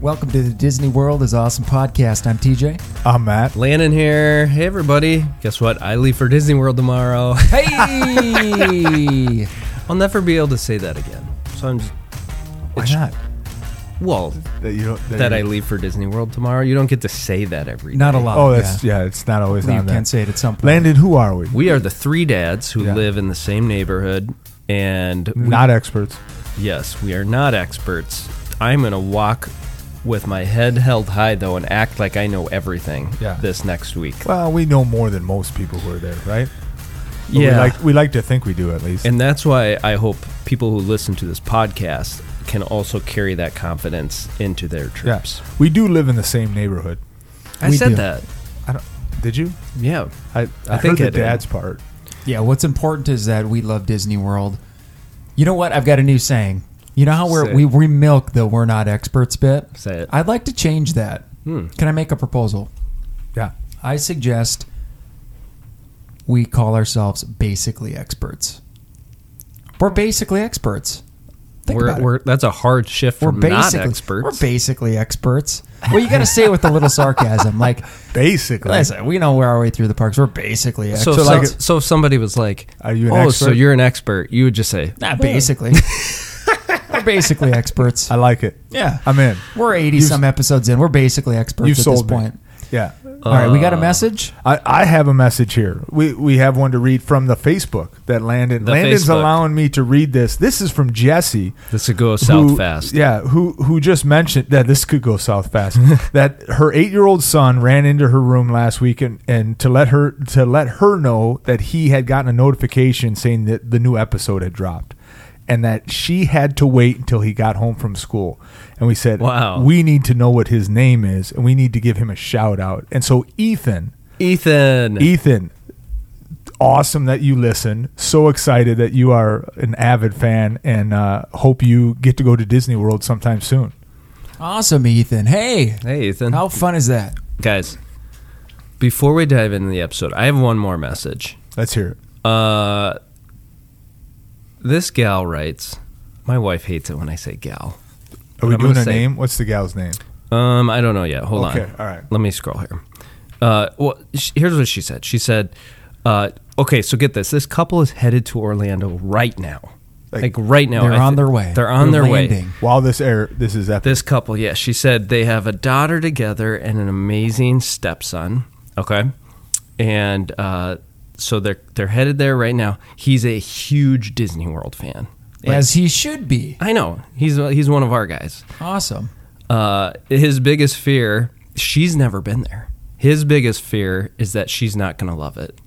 Welcome to the Disney World is Awesome podcast. I'm TJ. I'm Matt. Landon here. Hey, everybody. Guess what? I leave for Disney World tomorrow. Hey! I'll never be able to say that again. So I'm just, Why not? well, That you don't. that you- I leave for Disney World tomorrow. You don't get to say that every Not a day. lot. Oh, that's yeah. It's not always You on there. can say it at some point. Landon, who are we? We are the three dads who Yeah. live in the same neighborhood, and we- Not experts. yes, we are not experts. I'm gonna walk with my head held high though and act like I know everything Yeah. this next week. Well, we know more than most people who are there, right? But We yeah, like we like to think we do at least. and that's why I hope people who listen to this podcast can also carry that confidence into their yeah. trips. We do live in the same neighborhood. I We said do. that. I don't. Did you? Yeah. I, I, heard think I the did. dad's part. Yeah, what's important is that we love Disney World. You know what? I've got a new saying. You know how Say we're, it. we we milk the we're not experts bit? Say it. I'd like to change that. Hmm. Can I make a proposal? Yeah. I suggest we call ourselves basically experts. We're basically experts. Think we're, about it. we're that's a hard shift We're from not basically experts. We're basically experts. Well, you got to say it with a little sarcasm, like Basically, listen, we know we're our way through the parks. We're basically so, experts. so, like- so if somebody was like, Are you an "Oh, so expert?" you're an expert," you would just say, Nah, basically, we're basically experts. I like it. Yeah, I'm in. we're eighty You've- some episodes in. We're basically experts You've at sold this me. point. Yeah. All right, we got a Uh, message. I, I have a message here. We we have one to read from the Facebook that Landon. The Landon's Facebook. allowing me to read this. This is from Jesse. "This could go south who- fast." Yeah, who who just mentioned that this could go south fast. that her eight year old son ran into her room last week and, and to let her to let her know that he had gotten a notification saying that the new episode had dropped. And that she had to wait until he got home from school. And we said, Wow. we need to know what his name is and we need to give him a shout out. And so, Ethan, E- Ethan. Ethan, awesome that you listen. So excited that you are an avid fan, and uh, hope you get to go to Disney World sometime soon. Awesome, Ethan. Hey, hey, Ethan. how fun is that? Guys, before we dive into the episode, I have one more message. Let's hear it. Uh, this gal writes, "My wife hates it when I say gal." Are we I'm doing gonna a say- name? What's the gal's name? Um, I don't know yet. Hold on. Okay, all right. Let me scroll here. Uh, well, sh- here's what she said. She said, uh, "Okay, so get this. This couple is headed to Orlando right now. Like, Like, right now, They're I on thi- their way. They're on their way. landing. While this air, this is epic. This couple, yeah. She said they have a daughter together and an amazing stepson. Okay, and uh, so they're they're headed there right now. He's a huge Disney World fan. Like, as he should be. I know he's he's one of our guys. Awesome. Uh, his biggest fear, she's never been there. His biggest fear is that she's not going to love it.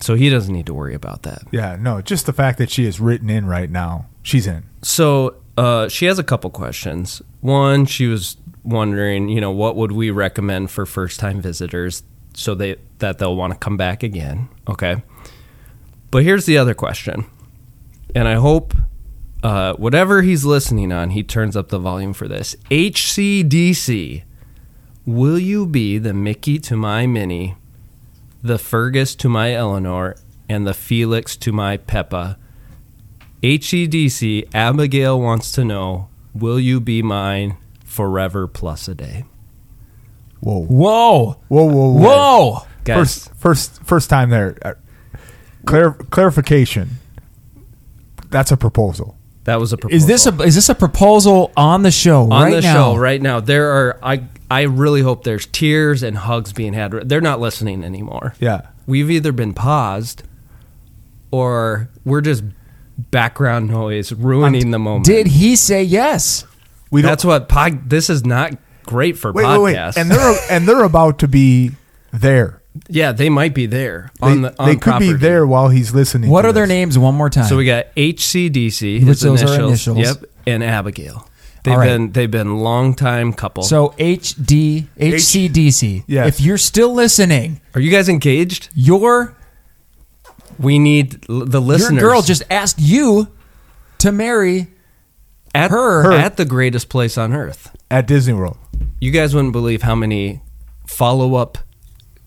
So he doesn't need to worry about that. yeah, no, just the fact that she is written in right now. She's in. So uh, she has a couple questions. One, she was wondering, you know, what would we recommend for first-time visitors so they that they'll want to come back again. Okay. But here's the other question, and I hope uh, whatever he's listening on, he turns up the volume for this. HCDC, will you be the Mickey to my Minnie, the Fergus to my Eleanor, and the Felix to my Peppa? HEDC, E Abigail wants to know, will you be mine forever plus a day? Whoa, Whoa, whoa, whoa, whoa! whoa. Guys, First, first, first time there. Uh, Clar- clarification. That's a proposal. that was a proposal. Is this a is this a proposal on the show on right the now? show right now? There are I I really hope there's tears and hugs being had. They're not listening anymore. Yeah, We've either been paused or we're just background noise ruining the moment. Did he say yes? we That's what pod, this is not great for Wait, wait, podcasts. wait, and they're and they're about to be there. yeah, they might be there on they, the on they could property. be there while he's listening. What to are their this. names one more time? So we got HCDC, Which his those are initials, initials. Yep, and Abigail. They've All right. been they've been long time couple. So HD HCDC. Yes. If you're still listening, are you guys engaged? your We need l- your the listeners. girl just asked you to marry. at her. Her. at the greatest place on earth. at Disney World? You guys wouldn't believe how many follow up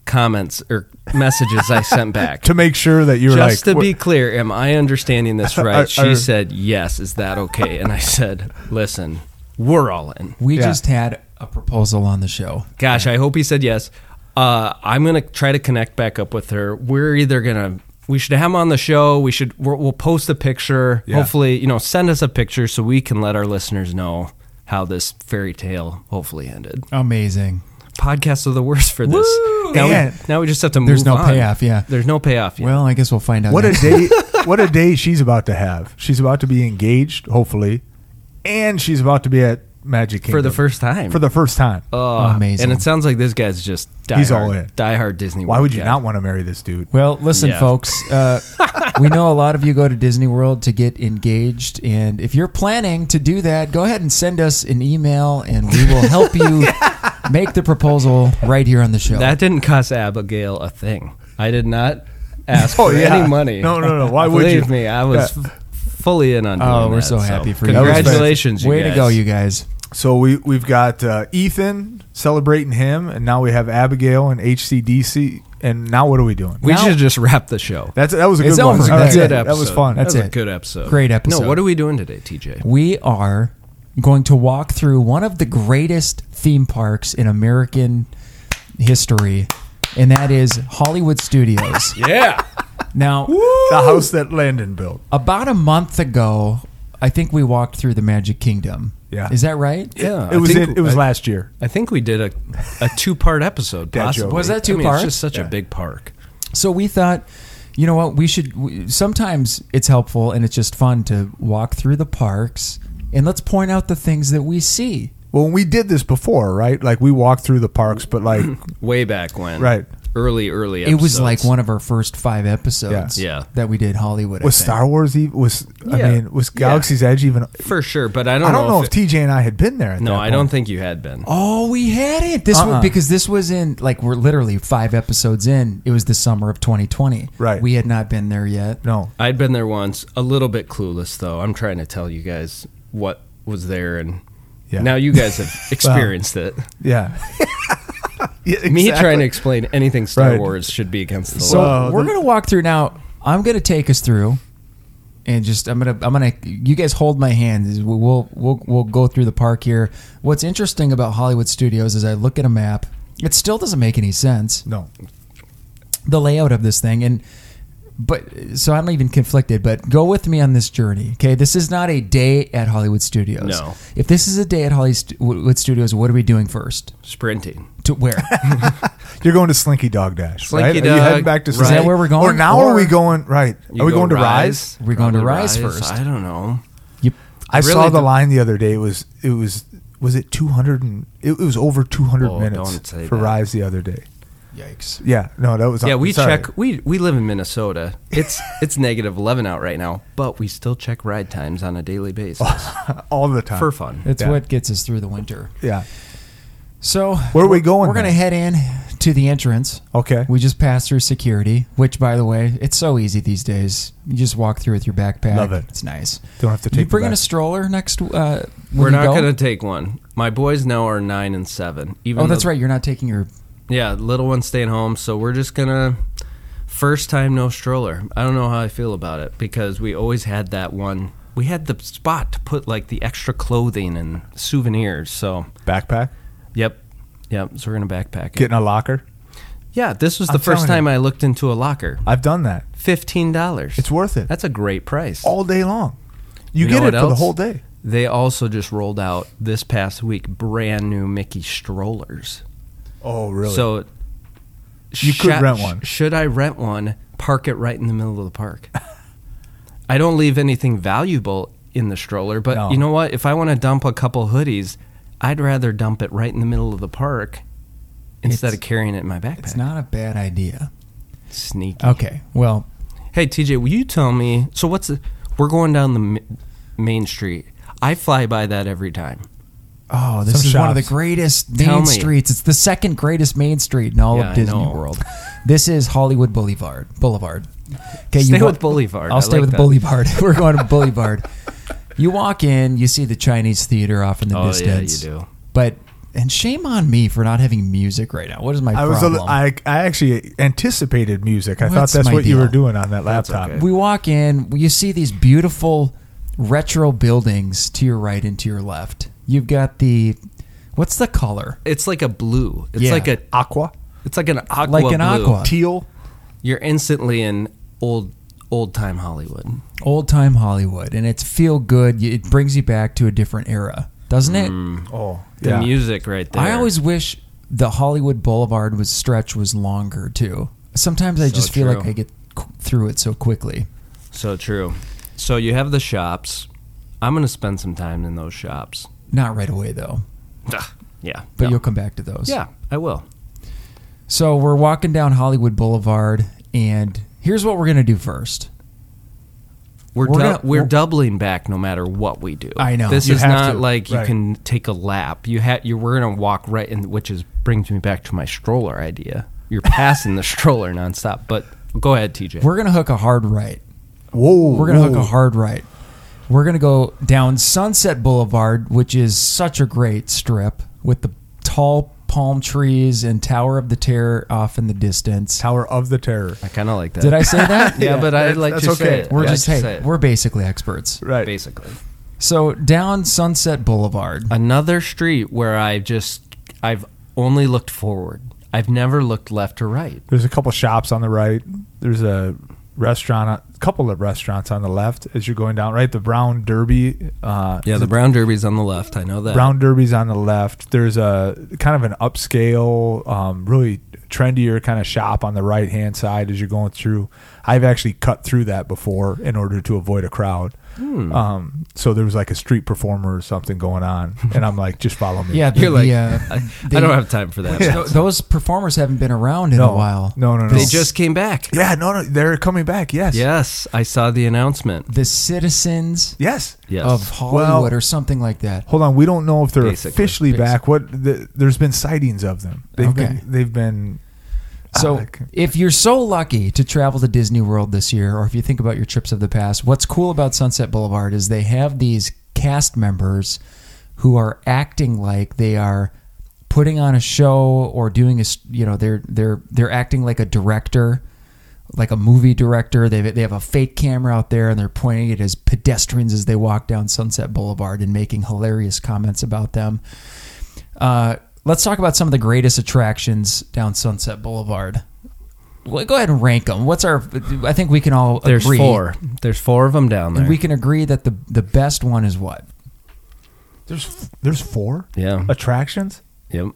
comments or messages I sent back. To make sure that you're just like to be clear, Uh, am I understanding this right? Are- she are- said, "Yes, is that okay?" And I said, "Listen, We're all in. We Yeah. just had a proposal on the show. Gosh, I hope he said yes. Uh, I'm gonna try to connect back up with her. We're either gonna we should have him on the show. We should we're, we'll post a picture. Yeah. Hopefully, you know, send us a picture so we can let our listeners know how this fairy tale hopefully ended. Amazing. Podcasts are the worst for this. Now, Man. we, now we just have to. There's move no on. payoff, yeah. There's no payoff. Yeah. Well, I guess we'll find out. What a next- day! what a day she's about to have. She's about to be engaged, hopefully, and she's about to be at Magic Kingdom for the first time. For the first time. Oh, Amazing. And it sounds like this guy's just die He's hard, all in. diehard Disney. Why World would you guy. not want to marry this dude? Well, listen, Yeah. folks. Uh, we know a lot of you go to Disney World to get engaged, and if you're planning to do that, go ahead and send us an email, and we will help you make the proposal right here on the show. That didn't cost Abigail a thing. I did not ask Oh, for yeah. any money. No, no, no. Why would you? Believe me, I was f- fully in on. Doing oh, we're that, so happy for you. Congratulations, you Way guys. to go, you guys. So we we've got uh, Ethan celebrating him, and now we have Abigail and HCDC, and now what are we doing? We Now- should just wrap the show. That's that was a good It's one. over. All right. That's it. Good episode. That was fun. That's that was it. a good episode. Great episode. No, what are we doing today, TJ? We are going to walk through one of the greatest theme parks in American history, and that is Hollywood Studios. Yeah. Now, the house that Landon built. about a month ago, I think we walked through the Magic Kingdom. Yeah. Is that right? Yeah. it was I think, in, it was I, last year. I think we did a, a two part episode. Dad possibly. joke. Was that two I mean, it's parts? just such Yeah. a big park. So we thought, you know what, we should. We, sometimes it's helpful and it's just fun to walk through the parks and let's point out the things that we see. Well, when we did this before, right? Like we walked through the parks, but like Way back when. Right. Early, early It was like episodes. one of our first five episodes Yeah. Yeah. that we did Hollywood. I was think. Star Wars even was I Yeah. mean was Yeah. Galaxy's Edge even? For sure, but I don't, I don't know if if, TJ and I had been there. At No, that I don't point. think you had been. Oh, we had it. This Uh-uh. was because this was in like we're literally five episodes in. It was the summer of 2020. Right. We had not been there yet. No, I'd been there once, a little bit clueless though. I'm trying to tell you guys what was there and Yeah. now you guys have experienced it. yeah. Yeah, Me exactly. trying to explain anything Star Right. Wars should be against the So law. Well, we're Oh, the- gonna walk through now. I'm gonna take us through, and just I'm gonna I'm gonna you guys hold my hand. Is we- We'll we'll we'll go through the park here. What's interesting about Hollywood Studios is I look at a map. It still doesn't make any sense no. the layout of this thing and but so I'm even conflicted, but go with me on this journey. Okay, this is not a day at Hollywood Studios. No. If this is a day at Hollywood Studios, what are we doing first? Sprinting. To where? You're going to Slinky Dog Dash, Slinky right? Are you Dog, heading back to Is that Slinky- where we're going? Or now Or- are we going? Right? You are we go going to Rise? We're going to Rise first. I don't know. you, I Really saw the do- line the other day. It was it was was it 200 and it, it was over 200 Oh, don't minutes say for that. Rise the other day. yikes. Yeah, no, that was Yeah, we Oh, sorry. check we we live in Minnesota. It's it's negative eleven out right now, but we still check ride times on a daily basis. Oh, all the time for fun. That's Yeah. what gets us through the winter. Yeah, So Where are we going We're going to then? head in to the entrance. okay. We just passed through security, which, by the way, it's so easy these days. You just walk through with your backpack. Love it. It's nice. Don't have to you take the bring in a back- stroller next. Uh, when We're you not go? gonna take one. My boys now are nine and seven. Even Oh, that's though- right. You're not taking your Yeah, little one's staying home, so we're just gonna first time no stroller. I don't know how I feel about it because we always had that one. We had the spot to put like the extra clothing and souvenirs. So, backpack, yep, yep. So we're gonna backpack. It. getting a locker. yeah, this was the I'm first telling time I looked into a locker. I've done that. Fifteen dollars. It's Oh. worth it That's a great price. all day long. You, You get know it what for the else? whole day. They also just rolled out this past week brand new Mickey strollers. Oh, really? So You could sha- rent one. sh- Should I rent one? Park it right in the middle of the park. I don't leave anything valuable in the stroller, but No. you know what? If I want to dump a couple hoodies, I'd rather dump it right in the middle of the park instead It's- of carrying it in my It's backpack. not a bad idea. Sneaky. Okay. Well, Hey TJ, will you tell me? So what's the, we're going down the ma- main street? I fly by that every time. oh, this Some is one of the shops. greatest main Tell me. streets. It's the second greatest main street in all Yeah, I of Disney know. World. This is Hollywood Boulevard. Boulevard. Okay, Stay wa- with Boulevard. I'll I stay like with that. Boulevard. We're going to Boulevard. You walk in, you see the Chinese theater off in the Oh, yeah, you distance. do. But and shame on me for not having music right now. What is my I was a problem? li- I I actually anticipated music. I What's thought that's my what you were deal? doing on that That's laptop. okay. we walk in, you see these beautiful retro buildings to your right and to your left. You've got the what's the color? It's like a blue. It's Yeah. like a Aqua, it's like an aqua. Like an blue. aqua. teal. You're instantly in old old time Hollywood. Old time Hollywood, and it's feel good. You- It brings you back to a different era, doesn't it? Oh, The yeah. music right Mm, there. I always wish the Hollywood Boulevard was stretch was longer too. Sometimes I So just feel true. like I get qu- through it so quickly. so true. So you have the shops. I'm gonna spend some time in those shops. Not right away though, Ugh, yeah, but no. you'll come back to those. yeah, I will. So we're walking down Hollywood Boulevard, and here's what we're gonna do first. We're We're dou- gonna- we're we're- doubling back no matter what we do. I know. this You is have not to. like you Right. can take a lap. You had you were gonna walk right in, which is brings me back to my stroller idea. You're passing the stroller nonstop. But go ahead, TJ. We're gonna hook a hard right. Whoa, We're gonna whoa. hook a hard right. We're gonna go down Sunset Boulevard, which is such a great strip with the tall palm trees and Tower of the Terror off in the distance. Tower of the Terror. I kind of like that. Did I say that? Yeah, but I that's- like that's to okay. say it. We're I like just to hey, say it. we're basically experts. Right. basically So down Sunset Boulevard. another street where I just I've only looked forward. I've never looked left or right. There's a couple shops on the right. There's a restaurant, a couple of restaurants on the left as you're going down. Right, the Brown Derby. Uh, Yeah, the brown derby's on the left. I know that. Brown Derby's on the left. There's a kind of an upscale, um, really trendier kind of shop on the right hand side as you're going through. I've actually cut through that before in order to avoid a crowd. Hmm. Um, so there was like a street performer or something going on, and I'm like, just follow me. Yeah, the, You're like, the, uh, I, they- I don't have time for that. th- those performers haven't been around in no, a while. No, no, no. They just came back. yeah, no, no. They're coming back. Yes, Yes, I saw the announcement. The citizens yes. Yes. of Hollywood Well- or something like that. Hold on, we don't know if they're Basically, officially basically. back. What the, there's been sightings of them. They've Okay. been they've been So, Ah, c- if you're so lucky to travel to Disney World this year, or if you think about your trips of the past, what's cool about Sunset Boulevard is they have these cast members who are acting like they are putting on a show or doing a s- you know they're they're they're acting like a director like a movie director they they have a fake camera out there and they're pointing it as pedestrians as they walk down Sunset Boulevard and making hilarious comments about them uh, let's talk about some of the greatest attractions down Sunset Boulevard. Well, go ahead and rank them. What's our? I think we can all There's agree. four. There's four of them down there. And we can agree that the the best one is what? there's there's four yeah. attractions. Yep.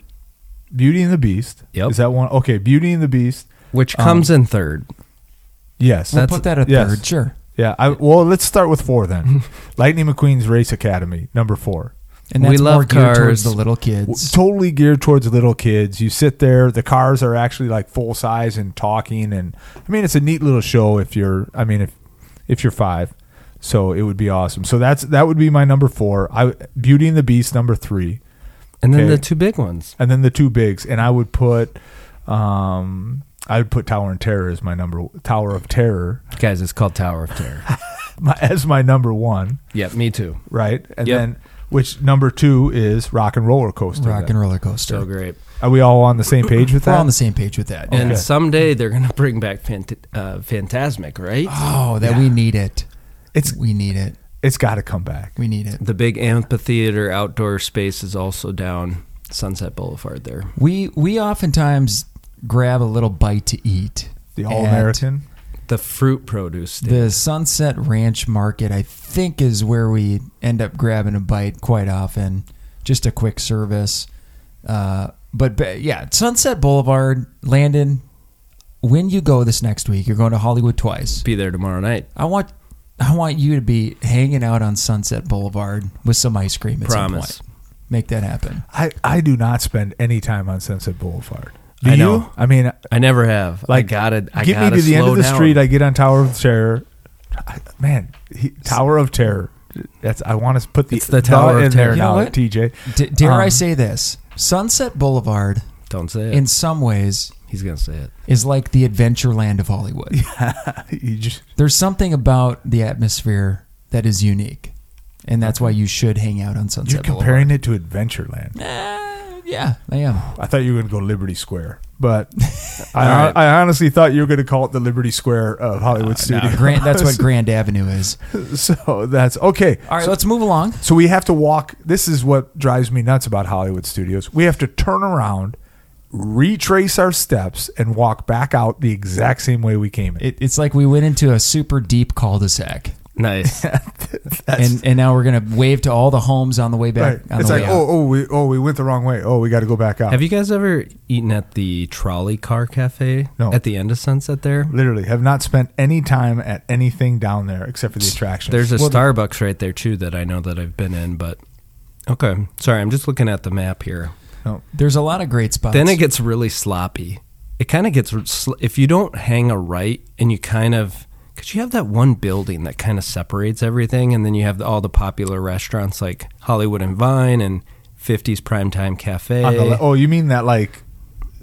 Beauty and the Beast. Yep. Is that one? Okay, Beauty and the Beast. Which comes in third. Yes. We'll That's- put that at yes. third. Sure. yeah. I, well, let's start with four then. Lightning McQueen's Race Academy, number four. And We that's more love geared towards cars. the little W- kids. Totally geared towards little kids. You sit there. The cars are actually like full size and talking. And I mean, it's a neat little show if you're. I mean, if if you're five, so it would be awesome. So that's that would be my number four. I Beauty and the Beast number three. And then Okay. the two big ones. and then the two bigs, and I would put, um, I would put Tower and Terror as my number Tower of Terror Guys, it's called Tower of Terror. my, as my number one, yep, me too. right? And Yep. then which number two is Rock and Roller Coaster? Rock then. and roller coaster. So great. Are we all on the same page with We're that? all on the same page with that. And Okay. someday they're going to bring back Phant- uh, Fantasmic, right? oh, that we need it. it's We need it. it's got to come back. We need it. The big amphitheater outdoor space is also down Sunset Boulevard there. We we oftentimes grab a little bite to eat. The at All American. The fruit produce stand. The Sunset Ranch Market, I think, is where we end up grabbing a bite quite often. Just a quick service. Uh, but, but yeah, Sunset Boulevard, Landon, when you go this next week, you're going to Hollywood twice. be there tomorrow night. I want. I want you to be hanging out on Sunset Boulevard with some ice cream at Promise. some point. Make that happen. I I do not spend any time on Sunset Boulevard. Do I you? know. I mean, I never have. like I got it. I get gotta me to the end slow of the down. street. I get on Tower of Terror. I, man, he, Tower of Terror. That's I want to put the It's the Tower of in there Terror. You know now, what? TJ. D- dare I Um, say this? Sunset Boulevard, Don't say it. in some ways, He's gonna say it. is like the Adventureland of Hollywood. You just there's something about the atmosphere that is unique, and that's why you should hang out on Sunset you're comparing it to Adventureland. Boulevard. Eh, yeah, I am. I thought you were going to go Liberty Square. but I, All right. I honestly thought you were going to call it the Liberty Square of Hollywood No, Studios. Grand, that's what Grand Avenue is. so that's okay. All right, so, let's move along. so we have to walk. This is what drives me nuts about Hollywood Studios. We have to turn around, retrace our steps, and walk back out the exact same way we came in. It, it's like we went into a super deep cul-de-sac, Nice. and and now we're gonna wave to all the homes on the way back. right. on It's the like way oh out. oh we oh we went the wrong way. Oh we got to go back out. Have you guys ever eaten at the trolley car cafe No. at the end of Sunset there? Literally have not spent any time at anything down there except for the attractions. There's a Well, the- Starbucks right there too that I know that I've been in, but okay. Sorry, I'm just looking at the map here. There's a lot of great spots. Then it gets really sloppy. It kind of gets sl- if you don't hang a right and you kind of because you have that one building that kind of separates everything, and then you have the, all the popular restaurants like Hollywood and Vine and 50s Primetime Cafe. On the le- oh you mean that like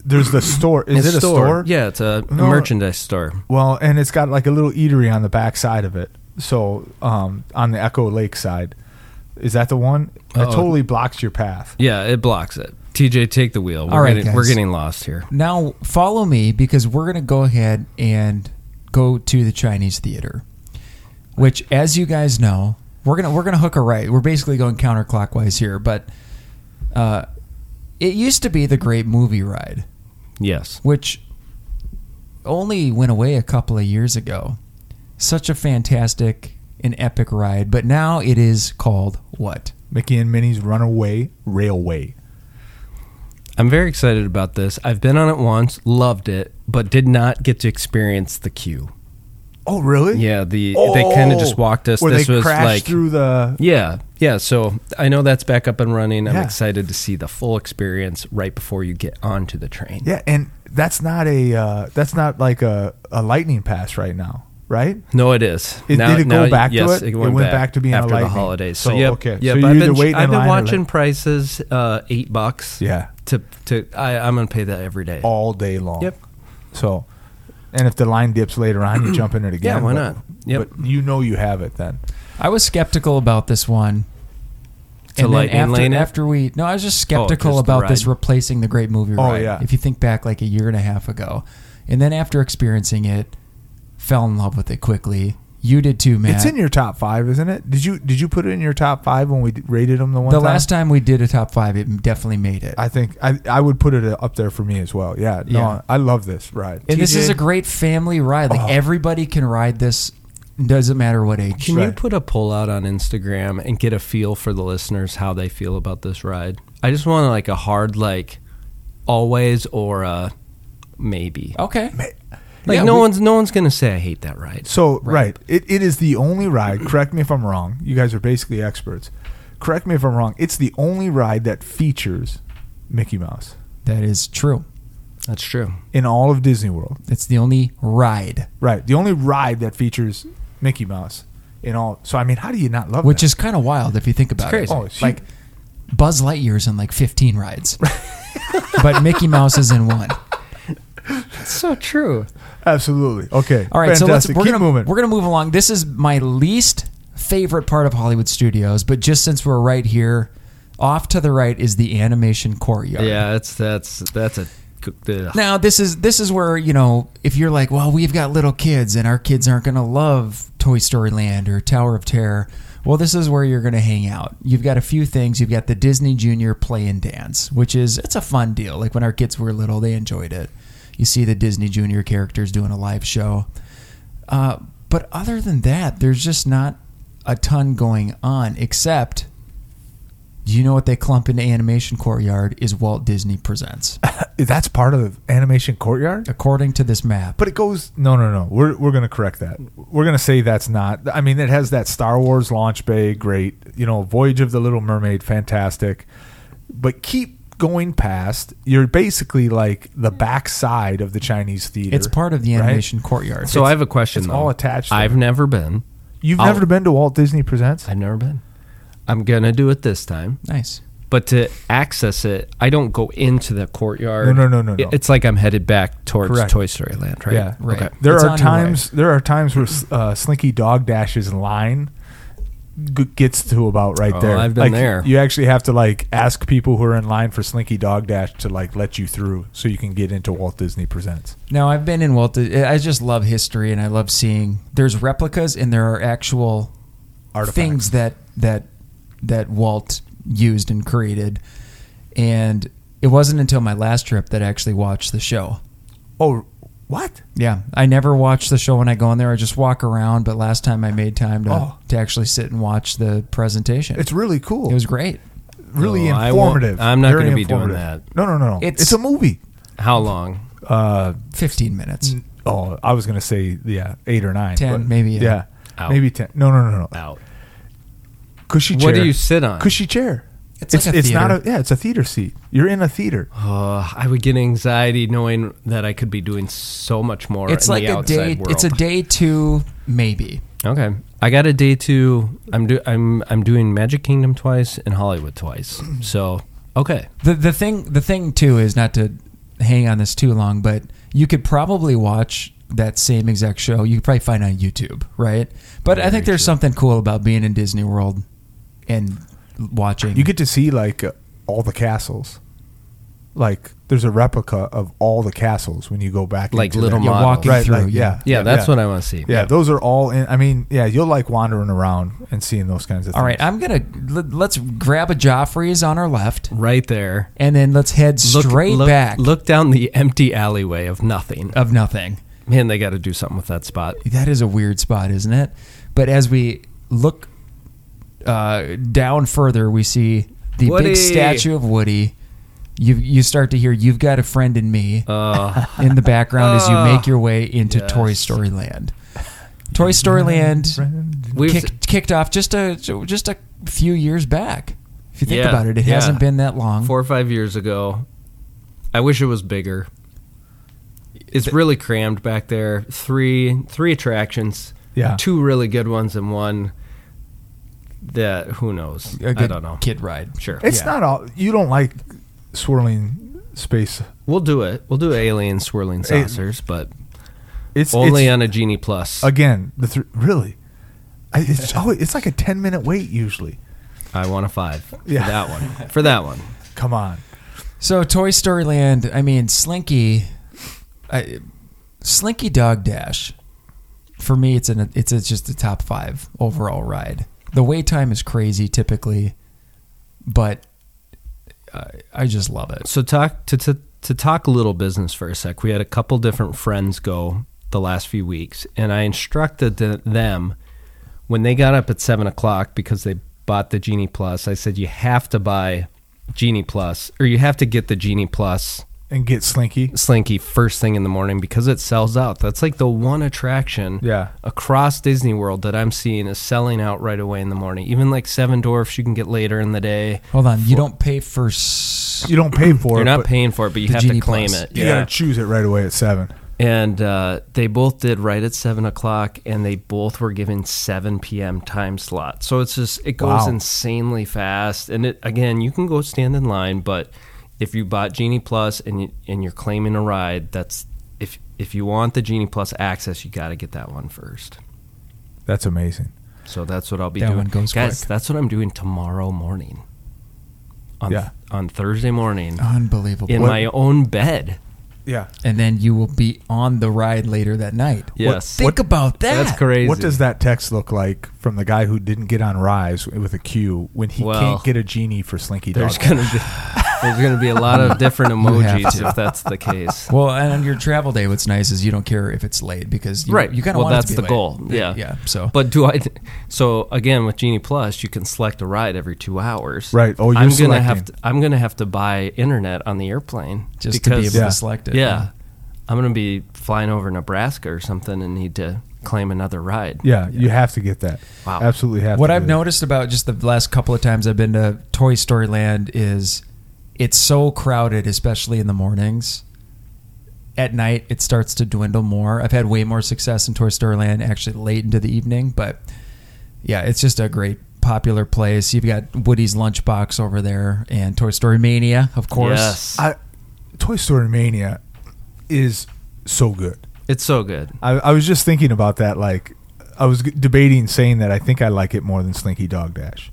there's the store? Is It's it a store? Yeah, it's a No. merchandise store. Well, and it's got like a little eatery on the back side of it. So um, on the Echo Lake side, is that the one? It Uh-oh. totally blocks your path. Yeah, it blocks it. TJ, take the wheel. We're All right, getting, guys. we're getting lost here. Now follow me because we're gonna go ahead and go to the Chinese theater, which, as you guys know, we're gonna we're gonna hook a right. We're basically going counterclockwise here, but uh, it used to be the Great Movie Ride. Yes. which only went away a couple of years ago. Such a fantastic and epic ride, but now it is called what? Mickey and Minnie's Runaway Railway. I'm very excited about this. I've been on it once, loved it, but did not get to experience the queue. Oh, really? Yeah, the they kind of just walked us. Oh, Where this they was crashed like through the. Yeah, yeah. So I know that's back up and running. I'm Yeah. excited to see the full experience right before you get onto the train. Yeah, and that's not a uh, that's not like a, a lightning pass right now, right? No, it is. It- did it go back to yes, it? It went back to being a after the lightning. holidays. So, So, yep, okay. yep. So you're I've either been, waiting I've in been line or watching like- prices uh, eight bucks. Yeah, To to I, I'm gonna pay that every day. all day long. Yep. So, and if the line dips later on, you jump in it again. Yeah, why but- not? Yep. But you know you have it then. I was skeptical about this one. To then lightning after, lane it? Oh, after we no, I was just skeptical just the about this ride. replacing the Great Movie Oh, Ride. yeah. If you think back like a year and a half ago, and then after experiencing it, fell in love with it quickly. You did too, man. It's in your top five, isn't it? Did you did you put it in your top five when we d- rated them the one? the time? last time we did a top five, it definitely made it. I think I I would put it up there for me as well. Yeah, no, Yeah. I love this ride. And this TJ? is a great family ride. Like Oh. everybody can ride this. Doesn't matter what age. Can you Right. put a poll out on Instagram and get a feel for the listeners how they feel about this ride? I just want like a hard like always or a maybe. Okay. Like Yeah, no we- one's no one's gonna say I hate that ride. So right, It, it is the only ride. Correct me if I'm wrong. You guys are basically experts. Correct me if I'm wrong. It's the only ride that features Mickey Mouse That is true. That's true. in all of Disney World. It's the only ride, Right, the only ride that features Mickey Mouse in all. So I mean, how do you not love which that? is kind of wild if you think about crazy. it. Oh, it's like huge. Buzz Lightyear's in like 15 rides, but Mickey Mouse is in one. That's so true. absolutely okay? All right, so let's fantastic. we're Keep gonna moving. we're gonna move along. This is my least favorite part of Hollywood Studios, but just since we're right here, off to the right is the animation courtyard. Yeah, that's that's that's a ugh. Now this is this is where you know if you're like, well, we've got little kids and our kids aren't gonna love Toy Story Land or Tower of Terror. Well, this is where you're gonna hang out. You've got a few things. You've got the Disney Junior Play and Dance, which is it's a fun deal. Like when our kids were little, they enjoyed it. You see the Disney Junior characters doing a live show. Uh, but other than that, there's just not a ton going on except. Do you know what they clump into Animation Courtyard is Walt Disney Presents, That's part of the animation courtyard. according to this map. But it goes no, no, no. We're we're gonna correct that. We're gonna say that's not. I mean, it has that Star Wars launch bay, great. You know, Voyage of the Little Mermaid, fantastic. But keep going past. You're basically like the backside of the Chinese theater. It's part of the right? animation courtyard. So I have a question. it's though. all attached I've there. never been. You've I'll- never been to Walt Disney Presents? I've never been. I'm gonna do it this time. nice. But to access it, I don't go into the courtyard. No, no, no, no, It- no. It's like I'm headed back towards Correct. Toy Story Land, right? Yeah, right. Okay. There It's are on your way. times. There are times where uh, Slinky Dog Dash's line g- gets to about right Oh, there. I've been Like, there. You actually have to like ask people who are in line for Slinky Dog Dash to like let you through so you can get into Walt Disney Presents. No, I've been in Walt. Di- I just love history, and I love seeing. There's replicas, and there are actual Artifacts. things that that that Walt used and created. And it wasn't until my last trip that I actually watched the show. Oh, what? Yeah, I never watch the show when I go in there. I just walk around. But last time I made time to Oh. to actually sit and watch the presentation. It's really cool. it was great. really No, I won't- informative. I'm not Very gonna be doing informative. No, no, no. no. It's, It's- it's a movie. How long? Uh, Fifteen minutes. oh, I was gonna say yeah, eight or nine. Ten, but- maybe, Yeah, yeah. Out. maybe ten. No, no, no, no. Out. Cushy chair. What do you sit on? Cushy chair. It's like a it's not a theater. yeah. It's a theater seat. You're in a theater. Uh, I would get anxiety knowing that I could be doing so much more. It's in like the a outside day. World. It's a day two, maybe. Okay, I got a day two. I'm do I'm I'm doing Magic Kingdom twice and Hollywood twice. So okay, The the thing the thing too is not to hang on this too long, but you could probably watch that same exact show. You could probably find it on YouTube, right? But I think there's something cool about being in Disney World and watching. You get to see like uh, all the castles. Like there's a replica of all the castles when you go back. Like into little them. you're models. walking right? through. like, yeah, yeah, that's what I want to see. Yeah, those are all. in I mean, yeah, you'll like wandering around and seeing those kinds of. things. All right, I'm gonna let- let's grab a Joffrey's on our left, right there. and then let's head Look- straight look, back Look down the empty alleyway of nothing. of nothing. Man, they got to do something with that spot. That is a weird spot, isn't it? But as we look uh, down further, we see the Woody. big statue of Woody. You you start to hear "You've Got a Friend in Me" in the background as you make your way into Yes. Toy Story Land. Toy Story Land We've kicked, kicked off just a just a few years back. If you think Yeah, about it, it yeah. hasn't been that long. four or five years ago. I wish it was bigger. It's really crammed back there. Three three attractions. Yeah. Two really good ones and one that who knows. a good I don't know. kid ride. Sure. It's Yeah. not all. You don't like swirling space. We'll do it. We'll do alien swirling saucers, but It's only it's- on a Genie Plus. again the thr really. I, it's always, it's like a ten minute wait usually. I want a five. Yeah. For that one. For that one. Come on. So Toy Story Land, I mean Slinky, I, Slinky Dog Dash. For me, it's an it's, it's just a top five overall ride. The wait time is crazy typically, but I, I just love it. So talk to, to to talk a little business for a sec. We had a couple different friends go the last few weeks, and I instructed th- them when they got up at seven o'clock because they bought the Genie Plus. I said you have to buy Genie Plus, or you have to get the Genie Plus And get slinky. Slinky first thing in the morning because it sells out. That's like the one attraction Yeah. across Disney World that I'm seeing is selling out right away in the morning. Even like Seven Dwarfs, you can get later in the day. Hold on, you don't pay for. S- You don't pay for You're it. not but paying for it, but you The have Genie to claim Plus. it. You gotta choose it right away at seven. and uh, they both did right at seven o'clock, and they both were given seven p.m. time slot. So it's just it goes Wow. insanely fast, and it again you can go stand in line, but if you bought Genie Plus and you, and you're claiming a ride, that's if if you want the Genie Plus access, you got to get that one first. That's amazing. So that's what I'll be That doing, one goes guys. quick. That's what I'm doing tomorrow morning. On, Yeah. on Thursday morning Uh, Unbelievable. in my own bed. Yeah. and then you will be on the ride later that night. Yes. Think about that. That's crazy. What does that text look like from the guy who didn't get on Rise with a Q when he Well, can't get a genie for Slinky Dog? There's gonna be there's gonna be a lot of different have emojis to. if that's the case. Well, and on your travel day, what's nice is you don't care if it's late because you, right, You kind of want well, it that's to be the late. goal. Yeah, yeah. So, but do I? So again, with Genie Plus, you can select a ride every two hours. Right. Oh, you're I'm gonna have to. selecting. I'm gonna have to buy internet on the airplane just to be able because- Yeah. to select it. Yeah, I'm gonna be flying over Nebraska or something and need to claim another ride. yeah, you have to get that. Wow. Absolutely have what to. I've do that. noticed about just the last couple of times I've been to Toy Story Land is it's so crowded, especially in the mornings. At night, it starts to dwindle more. I've had way more success in Toy Story Land actually late into the evening, but yeah, it's just a great popular place. You've got Woody's Lunchbox over there and Toy Story Mania, of course. Yes, I, Toy Story Mania is so good. it's so good. I, I was just thinking about that. Like, I was debating saying that I think I like it more than Slinky Dog Dash.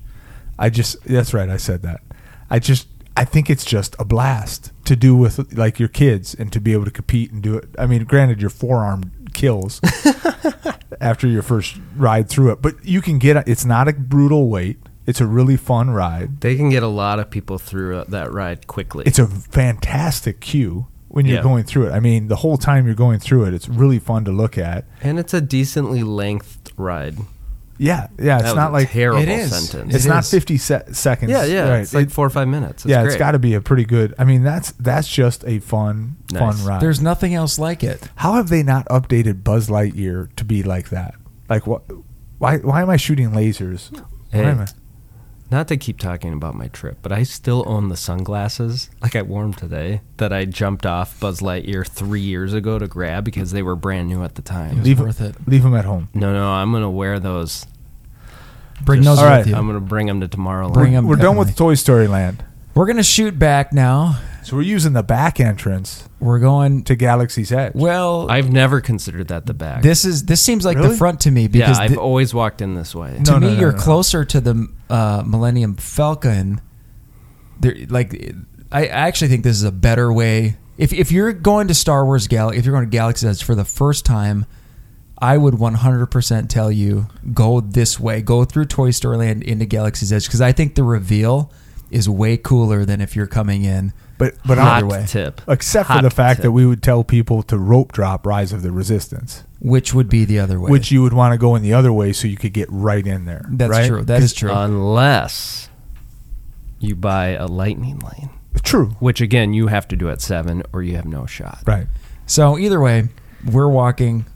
I just that's right. I said that. I just I think it's just a blast to do with like your kids and to be able to compete and do it. I mean, granted, your forearm kills after your first ride through it, but you can get it's not a brutal wait. It's a really fun ride. They can get a lot of people through uh, that ride quickly. It's a fantastic queue when you're Yeah. going through it. I mean, the whole time you're going through it, it's really fun to look at. and it's a decently length ride. Yeah, yeah. It's that not was a like terrible It is. sentence. It it's not is. 50 se- seconds. yeah, yeah. right. It's like It- four or five minutes. It's yeah, great. it's got to be a pretty good. I mean, that's that's just a fun Nice. fun ride. There's nothing else like it. How have they not updated Buzz Lightyear to be like that? Like what? Why why am I shooting lasers? Why Hey. am I- Not to keep talking about my trip, but I still own the sunglasses, like I wore 'em today, that I jumped off Buzz Lightyear three years ago to grab because they were brand new at the time. was leave worth it. Leave them at home. No, no, I'm gonna wear those. Bring Just- those All right, with you. I'm gonna bring them to Tomorrowland. Bring 'em. We're done with definitely. Toy Story Land, We're gonna shoot back now. so we're using the back entrance We're going. to Galaxy's Edge. Well, I've never considered that the back. this is this seems like the Really? front to me yeah, because I've thi- always walked in this way. to No, no, me no, you're no, no. closer to the uh, Millennium Falcon. There, like, I I actually think this is a better way. If if you're going to Star Wars Gal, if you're going to Galaxy Edge for the first time, I would 100% tell you go this way. Go through Toy Story Land into Galaxy's Edge because I think the reveal is way cooler than if you're coming in. but but Hot either way, tip. except for Hot the fact tip. that we would tell people to rope drop Rise of the Resistance, Which would be the other way. which you would want to go in the other way so you could get right in there. that's right? true. That is true. Uh, Unless you buy a lightning lane, True. which again you have to do at seven, or you have no shot. Right. So either way, we're walking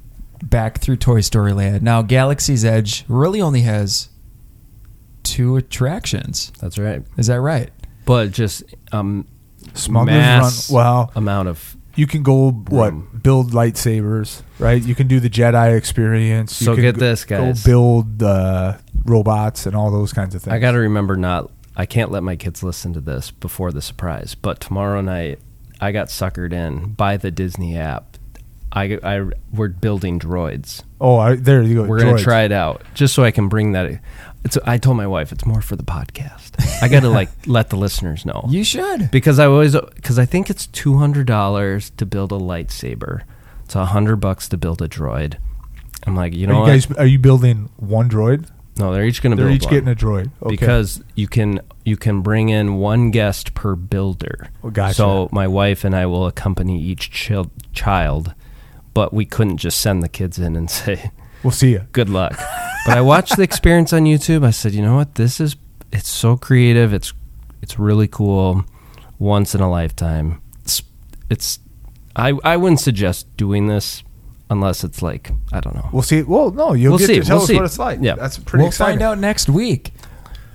back through Toy Story Land. Now Galaxy's Edge really only has two attractions. That's right. Is that right? But just um, Smuggler's mass Run. Well, amount of you can go what build lightsabers, right? You can do the Jedi experience. You So can get go- this, guys. Go build uh, robots and all those kinds of things. I got to remember not. I can't let my kids listen to this before the surprise. But tomorrow night, I got suckered in by the Disney app. I, I we're building droids. Oh, I, there you go. We're gonna droids. try it out just so I can bring that. It's. I told my wife it's more for the podcast. I got to like let the listeners know You should. because I always because I think it's two hundred dollars to build a lightsaber. It's a hundred bucks to build a droid. I'm like, you Are know you what? guys, are you building one droid? no, they're each gonna They're build each one. getting a droid. Okay. because you can you can bring in one guest per builder. Oh, gotcha. So my wife and I will accompany each chil- child, but we couldn't just send the kids in and say we'll see you. good luck. but I watched the experience on YouTube. I said, you know what, this is it's so creative. It's it's really cool, once in a lifetime. It's, it's I I wouldn't suggest doing this unless it's like I don't know. We'll see. Well, no, you'll We'll get see. to tell We'll us see. what it's like. Yeah. that's pretty we'll exciting. find out next week.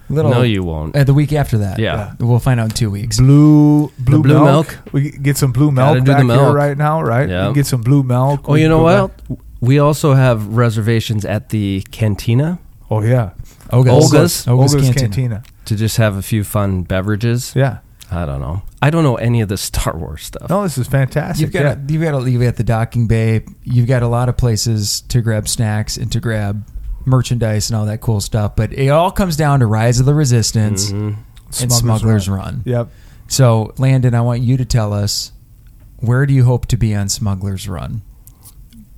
Little No, you won't. uh, the week after that. Yeah. We'll find out in two weeks. Blue, blue, blue milk. milk. We get some blue Gotta milk do the back here milk. right now, right? Yeah. We get some blue milk. Oh, We you know go what? back- We also have reservations at the cantina Oh yeah, Olga's- Olga's, Olga's Cantina. Cantina. to just have a few fun beverages. Yeah. I don't know. I don't know any of the Star Wars stuff. No, this is fantastic. You've got yeah. you've got to leave at the docking bay. You've got a lot of places to grab snacks and to grab merchandise and all that cool stuff. But it all comes down to Rise of the Resistance and Mm-hmm. Smuggler's Smuggler's Run. Run. Yep. So, Landon, I want you to tell us where do you hope to be on Smuggler's Run?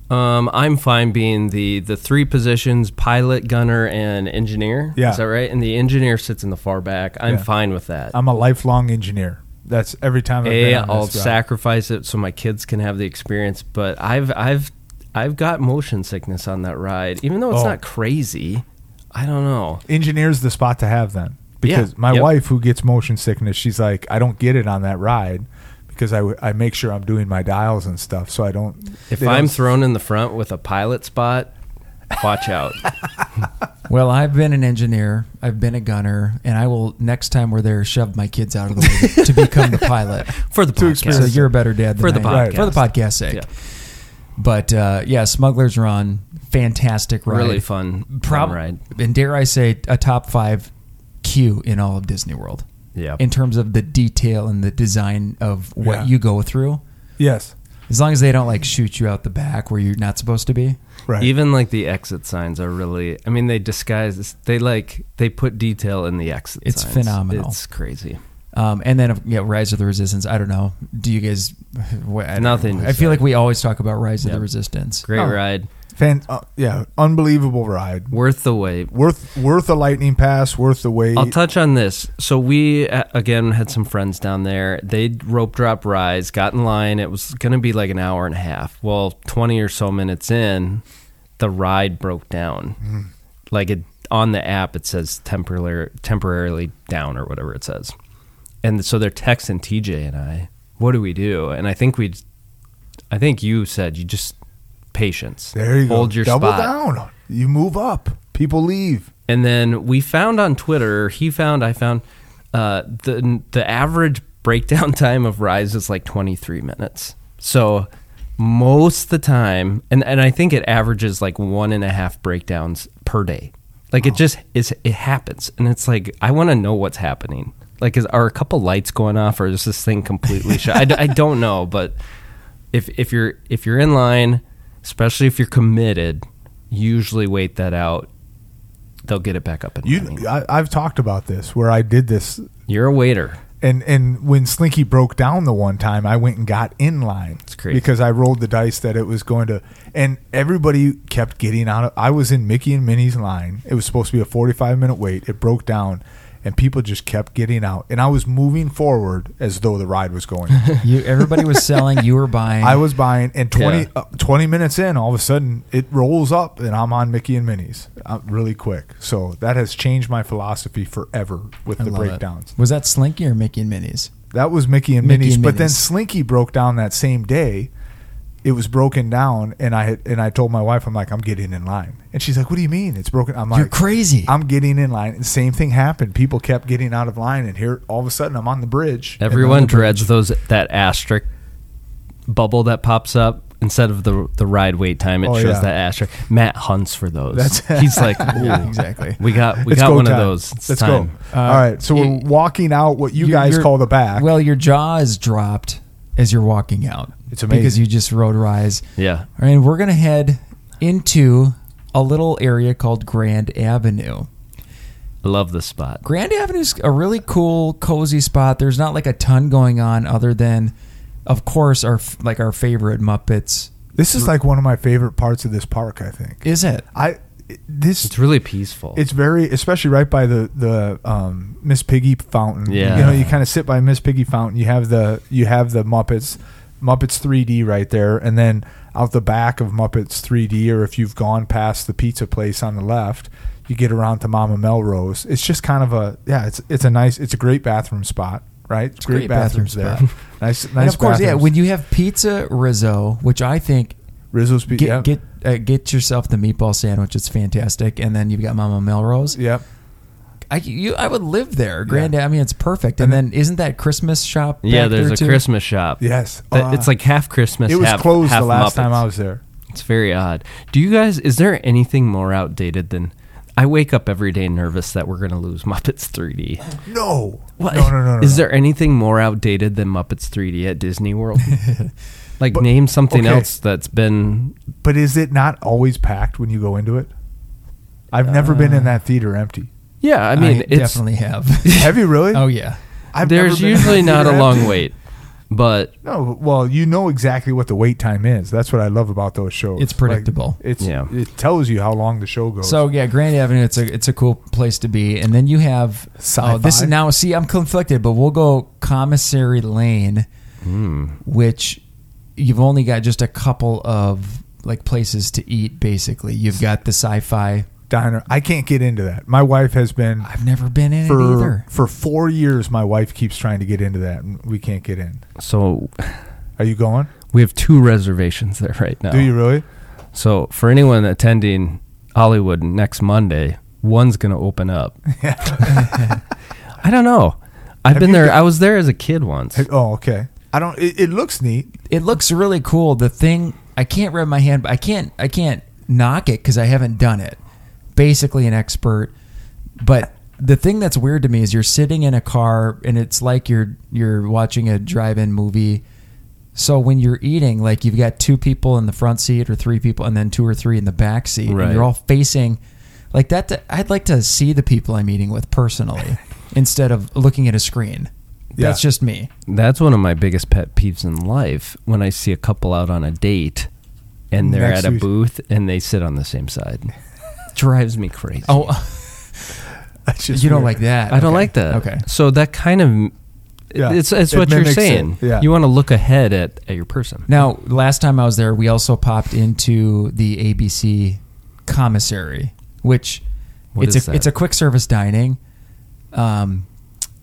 Um, I'm fine being the the three positions: pilot, gunner, and engineer. Yeah. is that right? And the engineer sits in the far back. I'm Yeah. fine with that. I'm a lifelong engineer. That's every time I've A, been on I'll this route. sacrifice it so my kids can have the experience. But I've I've I've got motion sickness on that ride, even though it's Oh. not crazy. I don't know. Engineer's the spot to have then. Because Yeah, my yep. wife, who gets motion sickness, she's like, I don't get it on that ride because I, w- I make sure I'm doing my dials and stuff. So I don't. If they I'm don't- thrown in the front with a pilot spot, watch out. Well, I've been an engineer, I've been a gunner, and I will next time we're there shove my kids out of the way to become the pilot. For the To podcast. experience So you're a better dad than For the I am. podcast. for the podcast sake. Yeah. But uh, yeah, Smuggler's Run, fantastic ride, Really fun, fun Prob- ride. and dare I say, a top five queue in all of Disney World Yeah. in terms of the detail and the design of what Yeah. you go through. Yes. As long as they don't like shoot you out the back where you're not supposed to be. Right. Even like the exit signs are really. I mean, they disguise. They like they put detail in the exit. It's signs. phenomenal. It's crazy. Um, and then yeah, Rise of the Resistance. I don't know. Do you guys? What, I don't Nothing. know. I feel like we always talk about Rise of the Yep. Resistance. Great Oh. ride. Fan, uh, yeah, unbelievable ride. Worth the wait. Worth worth a lightning pass. Worth the wait. I'll touch on this. So we uh, again had some friends down there. They rope drop rides, got in line. It was going to be like an hour and a half. Well, twenty or so minutes in, the ride broke down. Mm-hmm. Like it on the app, it says temporarily temporarily down or whatever it says. And so they're texting TJ and I. What do we do? And I think we, I think you said you just patience. there you go. Hold your Double spot. down. You move up. People leave. And then we found on Twitter, he found, I found, uh, the the average breakdown time of Rise is like 23 minutes. So most of the time, and, and I think it averages like one and a half breakdowns per day. Like it just is, it happens, and it's like I want to know what's happening. Like, is are a couple lights going off, or is this thing completely shut? I, d- I don't know, but if if you're if you're in line, especially if you're committed, usually wait that out. They'll get it back up and running. You, I, I've talked about this where I did this, You're a waiter. and and when Slinky broke down the one time, I went and got in line. It's crazy. because I rolled the dice that it was going to, and everybody kept getting out. of I was in Mickey and Minnie's line. It was supposed to be a forty-five minute wait. It broke down. And people just kept getting out, and I was moving forward as though the ride was going. You, everybody was selling. You were buying. I was buying, and 20, Yeah. uh, 20 minutes in, all of a sudden it rolls up, and I'm on Mickey and Minnie's uh, really quick. So that has changed my philosophy forever with I the love it. breakdowns. Was that Slinky or Mickey and Minnie's? That was Mickey and Mickey Minnie's, and but then Minnie's. Slinky broke down that same day. It was broken down, and I had, and I told my wife, I'm like, I'm getting in line, and she's like, What do you mean it's broken? I'm You're like, crazy. I'm getting in line, and same thing happened. People kept getting out of line, and here all of a sudden I'm on the bridge. and Everyone on the bridge. dreads those that asterisk bubble that pops up instead of the the ride wait time. It Oh, shows yeah. that asterisk. Matt hunts for those. That's- he's like, yeah, "Ooh, exactly. We got we It's got go one of time. those. It's Let's time. go. All right, so Uh, you- we're walking out what you Your- guys your- call the back. Well, your jaw is dropped as you're walking out. It's amazing. because you just rode Rise. Yeah. And we're going to head into a little area called Grand Avenue. I love this spot. Grand Avenue's a really cool, cozy spot. There's not like a ton going on other than, of course, our f- like our favorite Muppets. this is like one of my favorite parts of this park. I think Is it? I this It's really peaceful. it's very especially right by the the um, Miss Piggy fountain. Yeah. you know you kind of sit by Miss Piggy fountain. You have the you have the Muppets Muppets 3D right there, and then out the back of Muppets 3D, or if you've gone past the pizza place on the left, you get around to Mama Melrose. It's just kind of a yeah. It's it's a nice it's a great bathroom spot. Right, it's great bathroom there. nice, nice. and of course, yeah. bathrooms. When you have pizza Rizzo, which I think Rizzo's Pizza. get yep. get uh, get yourself the meatball sandwich. It's fantastic, and then you've got Mama Melrose. Yep. I you I would live there. Grand. I mean, it's perfect. And, then And isn't that Christmas shop? yeah, back there's there, a too? Christmas shop. Yes. That- Uh, it's like half Christmas. it was half, closed half the last Muppets. time I was there. It's very odd. Do you guys? Is there anything more outdated than? I wake up every day nervous that we're going to lose Muppets 3D. No. What? No, no, no, no. Is there anything more outdated than Muppets 3D at Disney World? like, name something okay. else that's been. But is it not always packed when you go into it? I've never been Uh. in that theater empty. Yeah, I mean, it's definitely have. Have you really? oh yeah. I've never there's been in that usually not a theater long empty. wait, but No, well, you know exactly what the wait time is. That's what I love about those shows. It's predictable. Like, it's Yeah. it tells you how long the show goes. So yeah, Grand Avenue. It's a it's a cool place to be. And then you have oh, this Sci-fi. is now. See, I'm conflicted, but we'll go Commissary Lane, Hmm. which you've only got just a couple of like places to eat. Basically, you've got the sci-fi. diner, I can't get into that. My wife has been I've never been in it for either. for four years. My wife keeps trying to get into that, and we can't get in. so Are you going? we have two reservations there right now. Do you really? So for anyone attending Hollywood next Monday, one's going to open up. I don't know. I've Have been you there. got- I was there as a kid once. Oh, okay. I don't. It, it looks neat. It looks really cool. The thing I can't rev my hand, but I can't I can't knock it because I haven't done it. Basically, an expert, but. The thing that's weird to me is you're sitting in a car and it's like you're you're watching a drive-in movie So when you're eating, like you've got two people in the front seat or three people, and then two or three in the back seat, Right. and you're all facing like that. I'd like to see the people I'm eating with personally instead of looking at a screen. Yeah. That's just me. That's one of my biggest pet peeves in life when I see a couple out on a date and they're Next at a week. booth and they sit on the same side. Drives me crazy. Oh, That's just you don't weird. like that? I Okay. don't like that. Okay. So that kind of Yeah. it's it's It what you're mimics it. saying. Yeah. You want to look ahead at, at your person. Now, last time I was there, we also popped into the ABC commissary, which What it's is a that? it's a quick service dining. Um,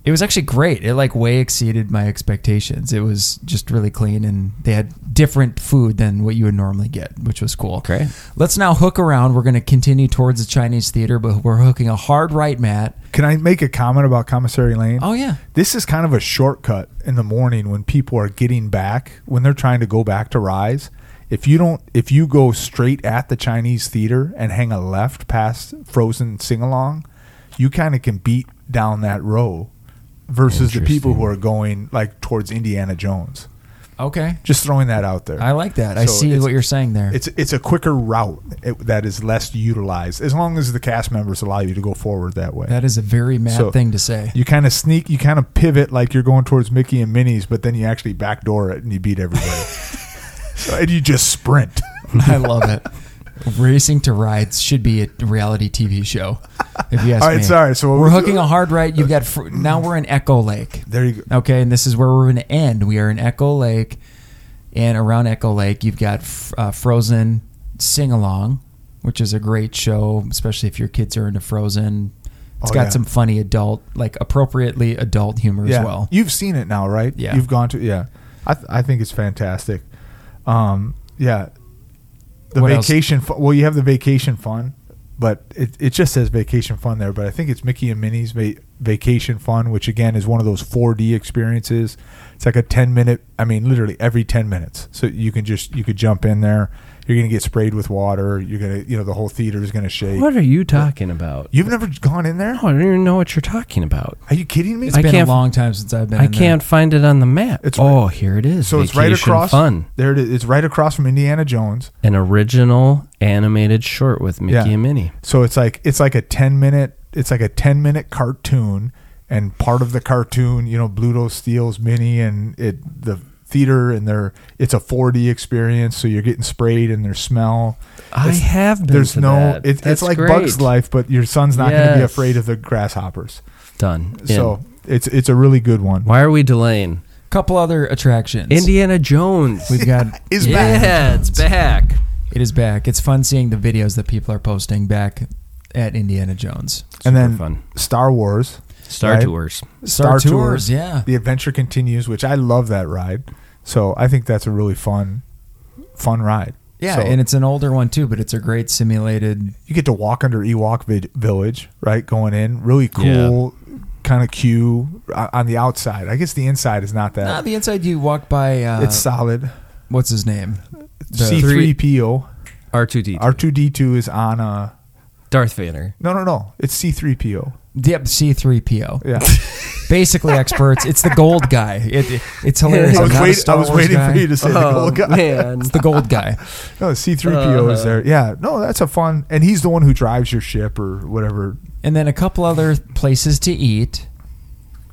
it was actually great. It like way exceeded my expectations. It was just really clean, and they had different food than what you would normally get, which was cool. Okay. Let's now hook around. We're going to continue towards the Chinese theater, but we're hooking a hard right, Matt. Can I make a comment about Commissary Lane? Oh yeah, This is kind of a shortcut in the morning when people are getting back, when they're trying to go back to Rise. If you don't, if you go straight at the Chinese theater and hang a left past Frozen Sing Along, you kind of can beat down that row versus the people who are going like towards Indiana Jones. okay. Just throwing that out there. I like that. I So see it's- what you're saying there. It's it's a quicker route it, that is less utilized as long as the cast members allow you to go forward that way. That is a very mad So- thing to say. you kind of sneak, you kind of pivot like you're going towards Mickey and Minnie's, but then you actually backdoor it and you beat everybody. so, and you just sprint. I love it. Racing to Rides should be a reality TV show. If you ask All right, me. sorry. So We're hooking a hard right. You've got fr- now we're in Echo Lake. There you go. Okay, and this is where we're going to end. We are in Echo Lake, and around Echo Lake, you've got f- uh, Frozen sing along, which is a great show, especially if your kids are into Frozen. It's Oh, got yeah. some funny adult, like appropriately adult humor Yeah, as well. you've seen it now, right? Yeah. you've gone to. Yeah, I th- I think it's fantastic. Um, yeah, the What else? vacation. Fu- well, you have the vacation fun, but it it just says vacation fun there. But I think it's Mickey and Minnie's va- vacation fun, which again is one of those 4D experiences. It's like a 10 minute. I mean, literally every 10 minutes. So you can just you could jump in there. You're gonna get sprayed with water. You're gonna you know the whole theater is gonna shake. What are you talking about? You've never gone in there? No, I don't even know what you're talking about. Are you kidding me? It's I been a can't- long time since I've been. I in there. can't find it on the map. It's oh, here it is. So it's right Vacation across. Fun, There it is. It's right across from Indiana Jones. an original animated short with Mickey Yeah. and Minnie. So it's like it's like a ten minute. It's like a ten minute cartoon, and part of the cartoon, you know, Bluto steals Minnie, and it the theater, and they're it's a 4D experience. So you're getting sprayed, and there's smell. I It's- have been. There's to no. that. It, it's That's like great. Bugs Life, but your son's not going to be Yes. afraid of the grasshoppers. Done. In. So it's it's a really good one. why are we delaying? Couple other attractions. Indiana Jones. We've got Is yeah, back. it's back. It is back. It's fun seeing the videos that people are posting back at Indiana Jones. And then Super fun. Star Wars. Star right? Tours. Star, Star tours, Tours. yeah. The adventure continues, which I love that ride. So I think that's a really fun, fun ride. Yeah, So and it's an older one too, but it's a great simulated. you get to walk under Ewok vid- Village, right? Going in, really cool, kind of queue uh, on the outside. I guess the inside is not Nah, that. uh, the inside you walk by. Uh, Uh, it's solid. what's his name? The- C three PO R two D. R two D two is on a Darth Vader. no no no. It's C three PO. Yep, C three PO. Yeah, Basically, experts. It's the gold guy. It, it- it's hilarious. I I'm was, not a wait, Star I was Wars waiting guy. Oh. for you to say the gold guy. Oh, man. It's the gold guy. No, C three PO Uh-huh. is there. Yeah, no, that's a fun. And he's the one who drives your ship or whatever. And then a couple other places to eat: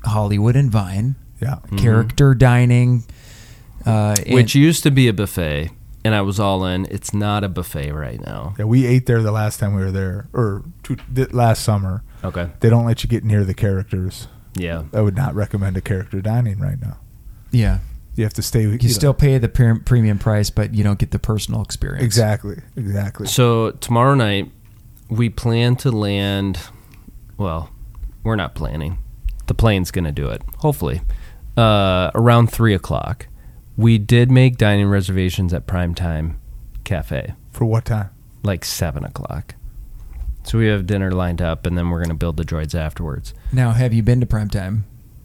Hollywood and Vine, Yeah, Mm-hmm. character dining. Uh, and- Which used to be a buffet, and I was all in. It's not a buffet right now. yeah. We ate there the last time we were there, or two, th- last summer. Okay. They don't let you get near the characters. Yeah. I would not recommend a character dining right now. yeah, You have to stay. you still pay the pre- premium price, but you don't get the personal experience. exactly, exactly. So tomorrow night we plan to land. Well, we're not planning. The plane's going to do it. Hopefully, uh, around three o'clock. We did make dining reservations at Prime Time Cafe, For what time? like seven o'clock. So we have dinner lined up, and then we're going to build the droids afterwards. Now, have you been to primetime?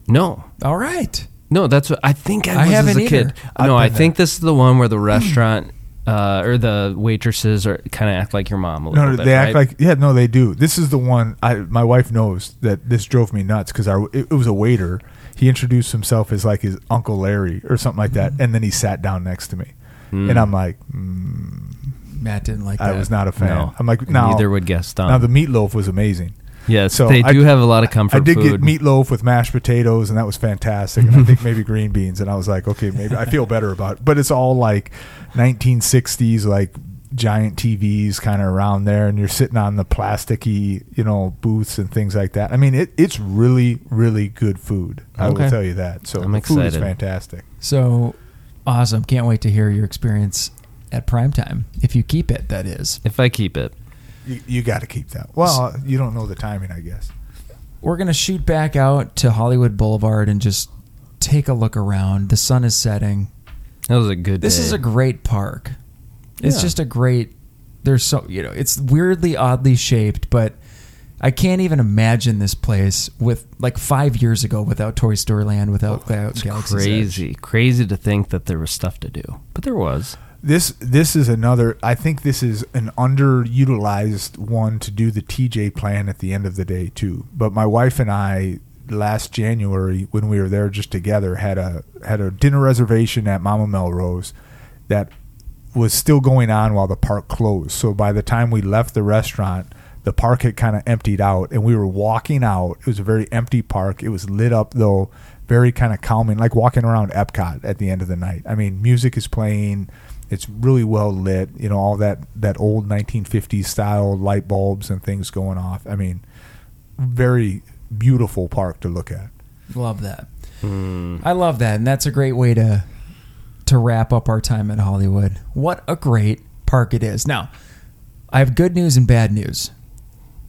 No, All right. No, that's what I think I I was as haven't a kid. either. no, I've I been think this is the one where the restaurant uh, or the waitresses are kind of act like your mom a little No, no, bit. they act right? like yeah. No, they do. This is the one. I my wife knows that this drove me nuts because our it, it was a waiter. he introduced himself as like his Uncle Larry or something like Mm-hmm. that, and then he sat down next to me, Hmm. and I'm like, mm, Matt didn't like I that. was not a fan. No. I'm like, no. Neither would Gaston. Now the meatloaf was amazing. yes, so they I- do have a lot of comfort I did get food. meatloaf with mashed potatoes, and that was fantastic. And I think maybe green beans. And I was like, okay, maybe I feel better about. It. But it's all like 1960s, like giant TVs, kind of around there, and you're sitting on the plasticky, you know, booths and things like that. I mean, it, it's really, really good food. I Okay. will tell you that. So I'm the food is excited. fantastic. So awesome. Can't wait to hear your experience at primetime. If you keep it, that is. If I keep it, You, you got to keep that. Well, you don't know the timing, I guess. We're going to shoot back out to Hollywood Boulevard and just take a look around. The sun is setting. that was a good. This day. is a great park. It's Yeah. just a great. There's so you know it's weirdly oddly shaped, but I can't even imagine this place with like five years ago without Toy Story Land, without, without Galaxy's Edge. Oh, crazy, crazy to think that there was stuff to do, but there was. This this is another. I think this is an underutilized one to do the TJ plan at the end of the day too. But my wife and I last January when we were there just together had a had a dinner reservation at Mama Melrose that was still going on while the park closed. So by the time we left the restaurant, the park had kind of emptied out and we were walking out. It was a very empty park. It was lit up though, very kind of calming, like walking around Epcot at the end of the night. I mean, music is playing. It's really well lit, you know, all that that old 1950s style light bulbs and things going off. I mean, very beautiful park to look at. Love that. Hmm, I love that, and that's a great way to to wrap up our time at Hollywood. What a great park it is. Now, I have good news and bad news.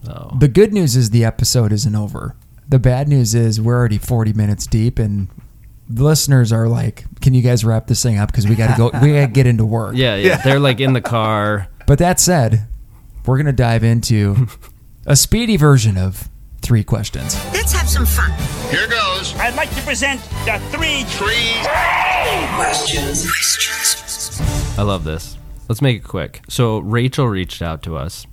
Oh, The good news is the episode isn't over. The bad news is we're already 40 minutes deep and the listeners are like, "Can you guys wrap this thing up because we got to go we got to get into work." yeah, yeah. They're like in the car. But that said, we're going to dive into a speedy version of three questions. Let's have some fun. Here goes. I'd like to present the three Three. Questions. Questions. I love this. Let's make it quick. So Rachel reached out to us.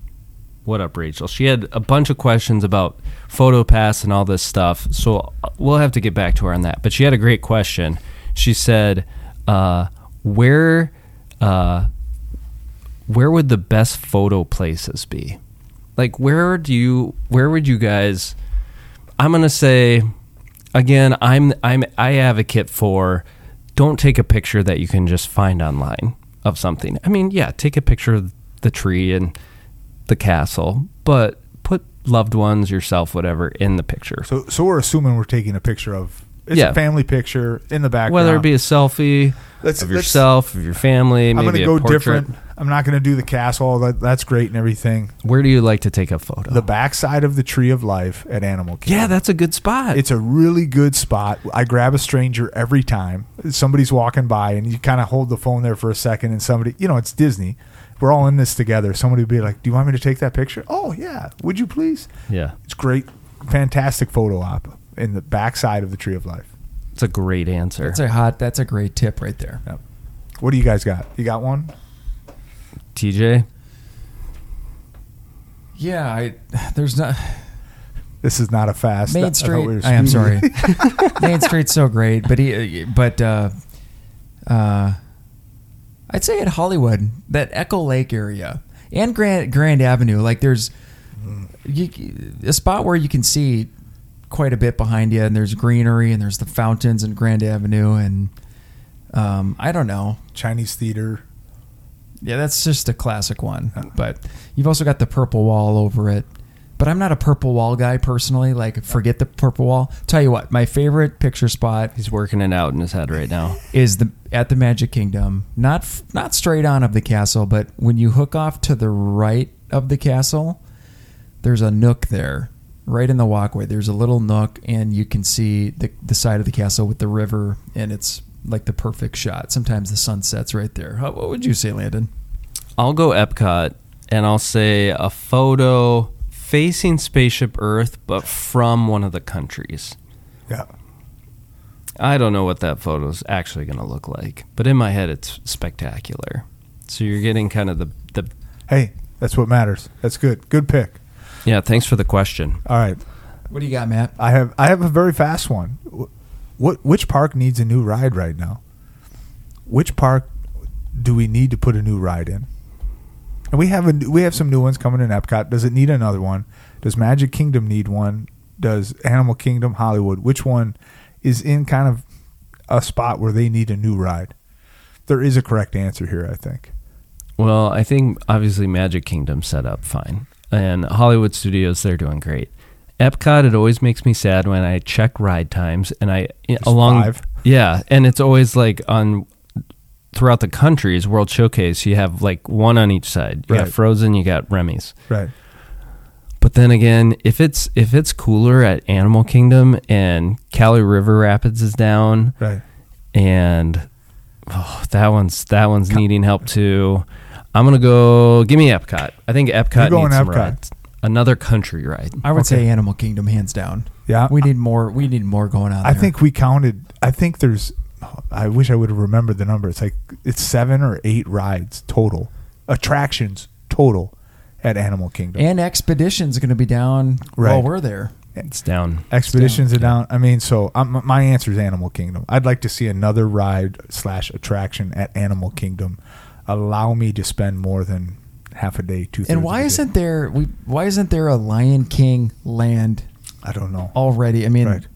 What up, Rachel? She had a bunch of questions about PhotoPass and all this stuff. So uh, we'll have to get back to her on that. But she had a great question. She said, uh, "Where, uh, where would the best photo places be? Like, where do you? Where would you guys? I'm gonna say again. I'm I'm I advocate for don't take a picture that you can just find online of something. I mean, yeah, take a picture of the tree and the castle, but put loved ones, yourself, whatever, in the picture. So so we're assuming we're taking a picture of it's Yeah. a family picture in the background. Whether it be a selfie Let's- of let's- yourself, of your family, I'm maybe gonna go a portrait. different. I'm not gonna do the castle. That, that's great and everything. Where do you like to take a photo? The backside of the tree of life at Animal Kingdom. Oh. yeah, that's a good spot. It's a really good spot. I grab a stranger every time. Somebody's walking by, and you kind of hold the phone there for a second, and somebody, you know, it's Disney. We're all in this together. Somebody would be like, Do you want me to take that picture? Oh, yeah. Would you please? yeah, It's great. Fantastic photo op in the backside of the Tree of Life. it's a great answer. That's a hot that's a great tip right there. What do you guys got? You got one? TJ, Yeah, I there's not This is not a fast. I Main thought Street. we were I am speeding. sorry. Main Street's so great, but he, but uh, uh, I'd say at Hollywood that Echo Lake area and Grand Grand Avenue, like there's you, a spot where you can see quite a bit behind you, and there's greenery, and there's the fountains in Grand Avenue, and um, I don't know. Chinese theater. Yeah, that's just a classic one. But you've also got the purple wall over it. But I'm not a purple wall guy personally. Like, forget the purple wall. Tell you what, my favorite picture spot he's working it out in his head right now. is the at the Magic Kingdom. Not f- not straight on of the castle, but when you hook off to the right of the castle, there's a nook there, right in the walkway. There's a little nook, and you can see the the side of the castle with the river, and it's like the perfect shot. Sometimes the sun sets right there. How, what would you say, Landon? I'll go Epcot and I'll say a photo facing Spaceship Earth, but from one of the countries. Yeah. I don't know what that photo's actually going to look like, but in my head, it's spectacular. So you're getting kind of the, the. Hey, that's what matters. That's good. Good pick. Yeah, thanks for the question. All right. What do you got, Matt? I have I have a very fast one. what which park needs a new ride right now? Which park do we need to put a new ride in? And we have a, we have some new ones coming in Epcot. Does it need another one? Does Magic Kingdom need one? Does Animal Kingdom Hollywood? Which one is in kind of a spot where they need a new ride? There is a correct answer here, I think. Well, I think obviously Magic Kingdom set up fine, and Hollywood Studios they're doing great. Epcot, it always makes me sad when I check ride times and I along five. yeah, and it's always like on throughout the country's World Showcase. You have like one on each side. You Right. got Frozen, you got Remy's. Right. But then again, if it's if it's cooler at Animal Kingdom and Cali River Rapids is down, Right. and oh, that one's that one's needing help too. I'm gonna go. Give me Epcot. I think Epcot You're going needs some Epcot. rides. Another country ride. I would Okay. say Animal Kingdom, hands down. Yeah. we need more. We need more going on. I there. think we counted. I think there's. I wish I would have remembered the number. It's like it's seven or eight rides total, attractions total, at Animal Kingdom. and Expedition's going to be down Right. while we're there. It's down. Expeditions are down. I mean, so I'm, my answer is Animal Kingdom. I'd like to see another ride slash attraction at Animal Kingdom. Allow me to spend more than half a day. Two. And why isn't there? We why isn't there a Lion King land I don't know. already? I mean, Right.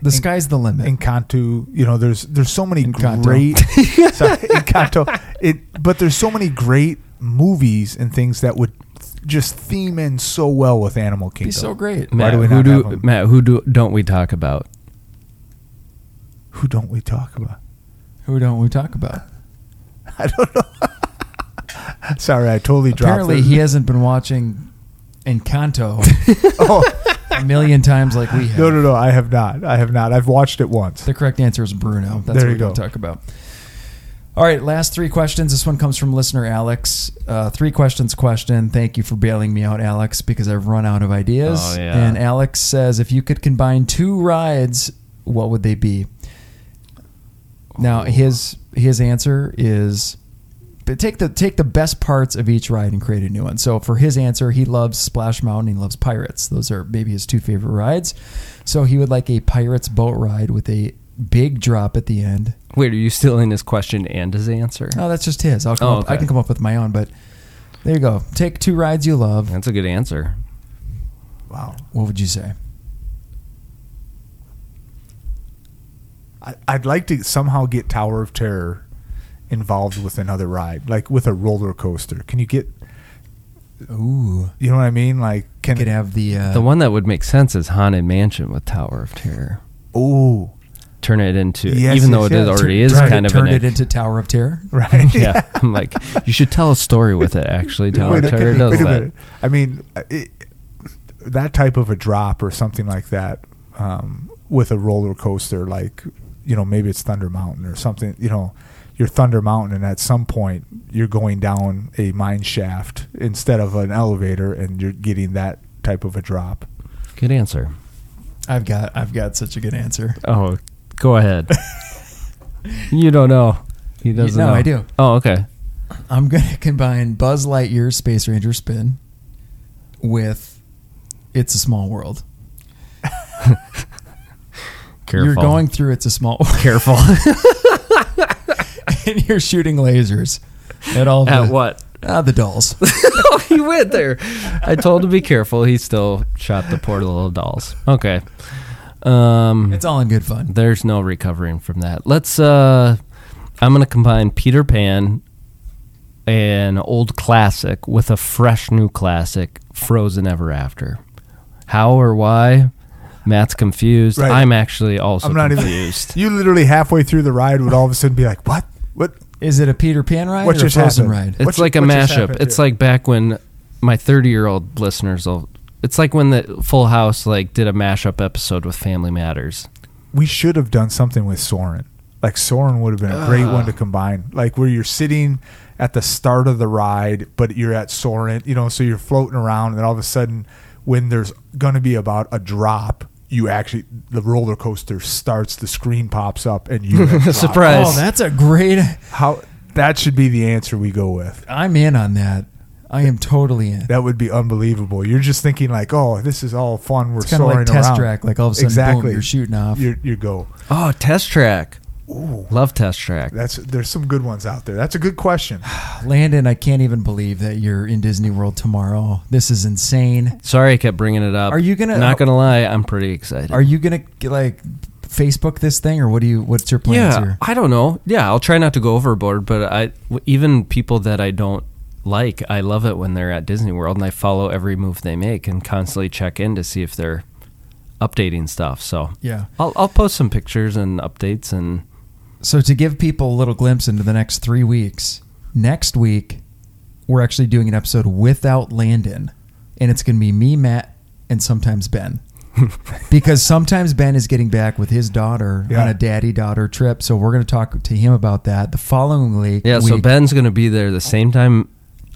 the sky's the limit. Encanto, you know, there's there's so many Encanto. great sorry, Encanto. It, but there's so many great movies and things that would just theme in so well with Animal Kingdom. be so great. Why Matt, do we who not do have 'em? Matt? Who do don't we talk about? Who don't we talk about? Who don't we talk about? Sorry, I totally dropped. Apparently, it. he hasn't been watching Encanto a million times like we have. no, no, no. I have not. I have not. I've watched it once. The correct answer is Bruno. That's There what you we're going to go. talk about. All right, last three questions. This one comes from listener Alex. Uh, three questions question. Thank you for bailing me out, Alex, because I've run out of ideas. Oh, yeah. And Alex says if you could combine two rides, what would they be? Now his his answer is but take the take the best parts of each ride and create a new one. So for his answer, he loves Splash Mountain. He loves Pirates. Those are maybe his two favorite rides. So he would like a Pirates boat ride with a big drop at the end. Wait, are you still in his question and his answer? Uh, No, that's just his. I'll come Oh, up, I okay. can come up with my own, but there you go. Take two rides you love. That's a good answer. Wow. What would you say? I, I'd like to somehow get Tower of Terror involved with another ride, like with a roller coaster. Can you get? Ooh, You know what I mean? Like, can could have the, uh, The one that would make sense is Haunted Mansion with Tower of Terror. oh Turn it into, Yes, even though yes, it is yes. already is Turn it- kind of turn an it into Tower of Terror. right? yeah. I'm like, you should tell a story with it. Actually, Tower Wait, of okay, Terror does wait a that. minute. I mean, uh, it, that type of a drop or something like that um, with a roller coaster, like you know, maybe it's Thunder Mountain or something. You know, you're Thunder Mountain, and at some point you're going down a mine shaft instead of an elevator, and you're getting that type of a drop. Good answer. I've got I've got such a good answer. Oh, go ahead. you don't know. He doesn't. No, know. I do. Oh, okay. I'm gonna combine Buzz Lightyear Space Ranger Spin with It's a Small World. Careful. You're going through It's a Small World careful and you're shooting lasers at all at the, what? Ah, the dolls. oh, he went there. I told him to be careful. He still shot the poor little dolls. Okay. Um, It's all in good fun. there's no recovering from that. Let's. Uh, I'm gonna combine Peter Pan, an old classic, with a fresh new classic, Frozen Ever After. How or why? Matt's confused. Right. I'm actually also I'm not confused. even. You literally halfway through the ride would all of a sudden be like, "What? What? Is it a Peter Pan ride What or a just Frozen ride? happened? It's What- like a what just mashup. happened It's here? like back when my 30 year old listeners will. It's like when the Full House like did a mashup episode with Family Matters. we should have done something with Soren. Like Soren would have been a great Ah. one to combine. Like where you're sitting at the start of the ride, but you're at Soren, you know, so you're floating around and then all of a sudden when there's gonna be about a drop, you actually the roller coaster starts, the screen pops up and you Surprise! Oh, that's a great. how that should be the answer we go with. I'm in on that. I am totally in. That would be unbelievable. You're just thinking like, oh, this is all fun. We're It's kind of soaring like test around. track. Like all of a sudden, exactly. boom, you're shooting off. You you go. Oh, test track. Ooh, Love test track. that's there's some good ones out there. That's a good question. Landon, I can't even believe that you're in Disney World tomorrow. This is insane. Sorry, I kept bringing it up. Are you gonna- Not gonna lie, I'm pretty excited. Are you gonna like Facebook this thing, or what do you? What's your plans yeah, here? I don't know. Yeah, I'll try not to go overboard, but I w- even people that I don't like, I love it when they're at Disney World and I follow every move they make and constantly check in to see if they're updating stuff. So Yeah. I'll I'll post some pictures and updates and So to give people a little glimpse into the next three weeks, next week we're actually doing an episode without Landon, and it's gonna be me, Matt, and sometimes Ben. because sometimes Ben is getting back with his daughter Yeah. on a daddy daughter trip, so we're going to talk to him about that the following week. yeah. So week- Ben's gonna be there the same time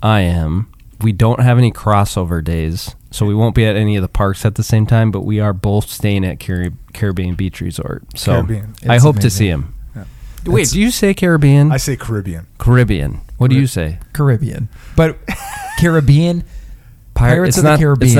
I am. We don't have any crossover days, so we won't be at any of the parks at the same time. But we are both staying at Carib- Caribbean Beach Resort. So Caribbean. I It's hope amazing. to see him. Yeah. Wait, do you say Caribbean? I say Caribbean. Caribbean. What do you say? Caribbean, but Caribbean Pirates it's of the not- Caribbean. It's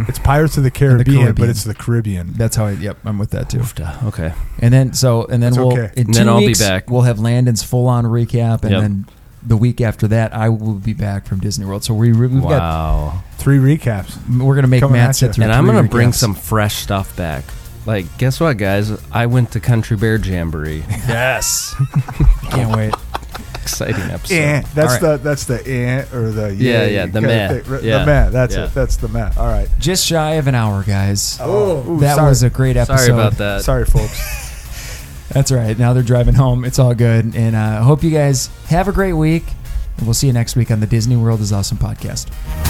not It's Pirates of the Caribbean, but Caribbean. it's the Caribbean. That's how I. Yep, I'm with that too. Oofda. Okay. And then so and then That's we'll okay. in And two then I'll be weeks, back. We'll have Landon's full on recap, and Yep. then the week after that, I will be back from Disney World. So we we've got wow. Three recaps. we're gonna make Coming Matt at ya. sit through. And I'm three gonna bring recaps. some fresh stuff back. Like, guess what, guys? I went to Country Bear Jamboree. Yes, can't wait. Exciting episode. Eh, that's All right. the that's the eh, or the Yeah, yay yeah, the kinda meh. thing. R- Yeah. the meh. That's Yeah. it. That's the meh. All right. Just shy of an hour, guys. Oh, that was a great episode. Sorry about that. Sorry, folks. That's right. Now they're driving home. It's all good. And uh, I hope you guys have a great week. And we'll see you next week on the Disney World is Awesome podcast.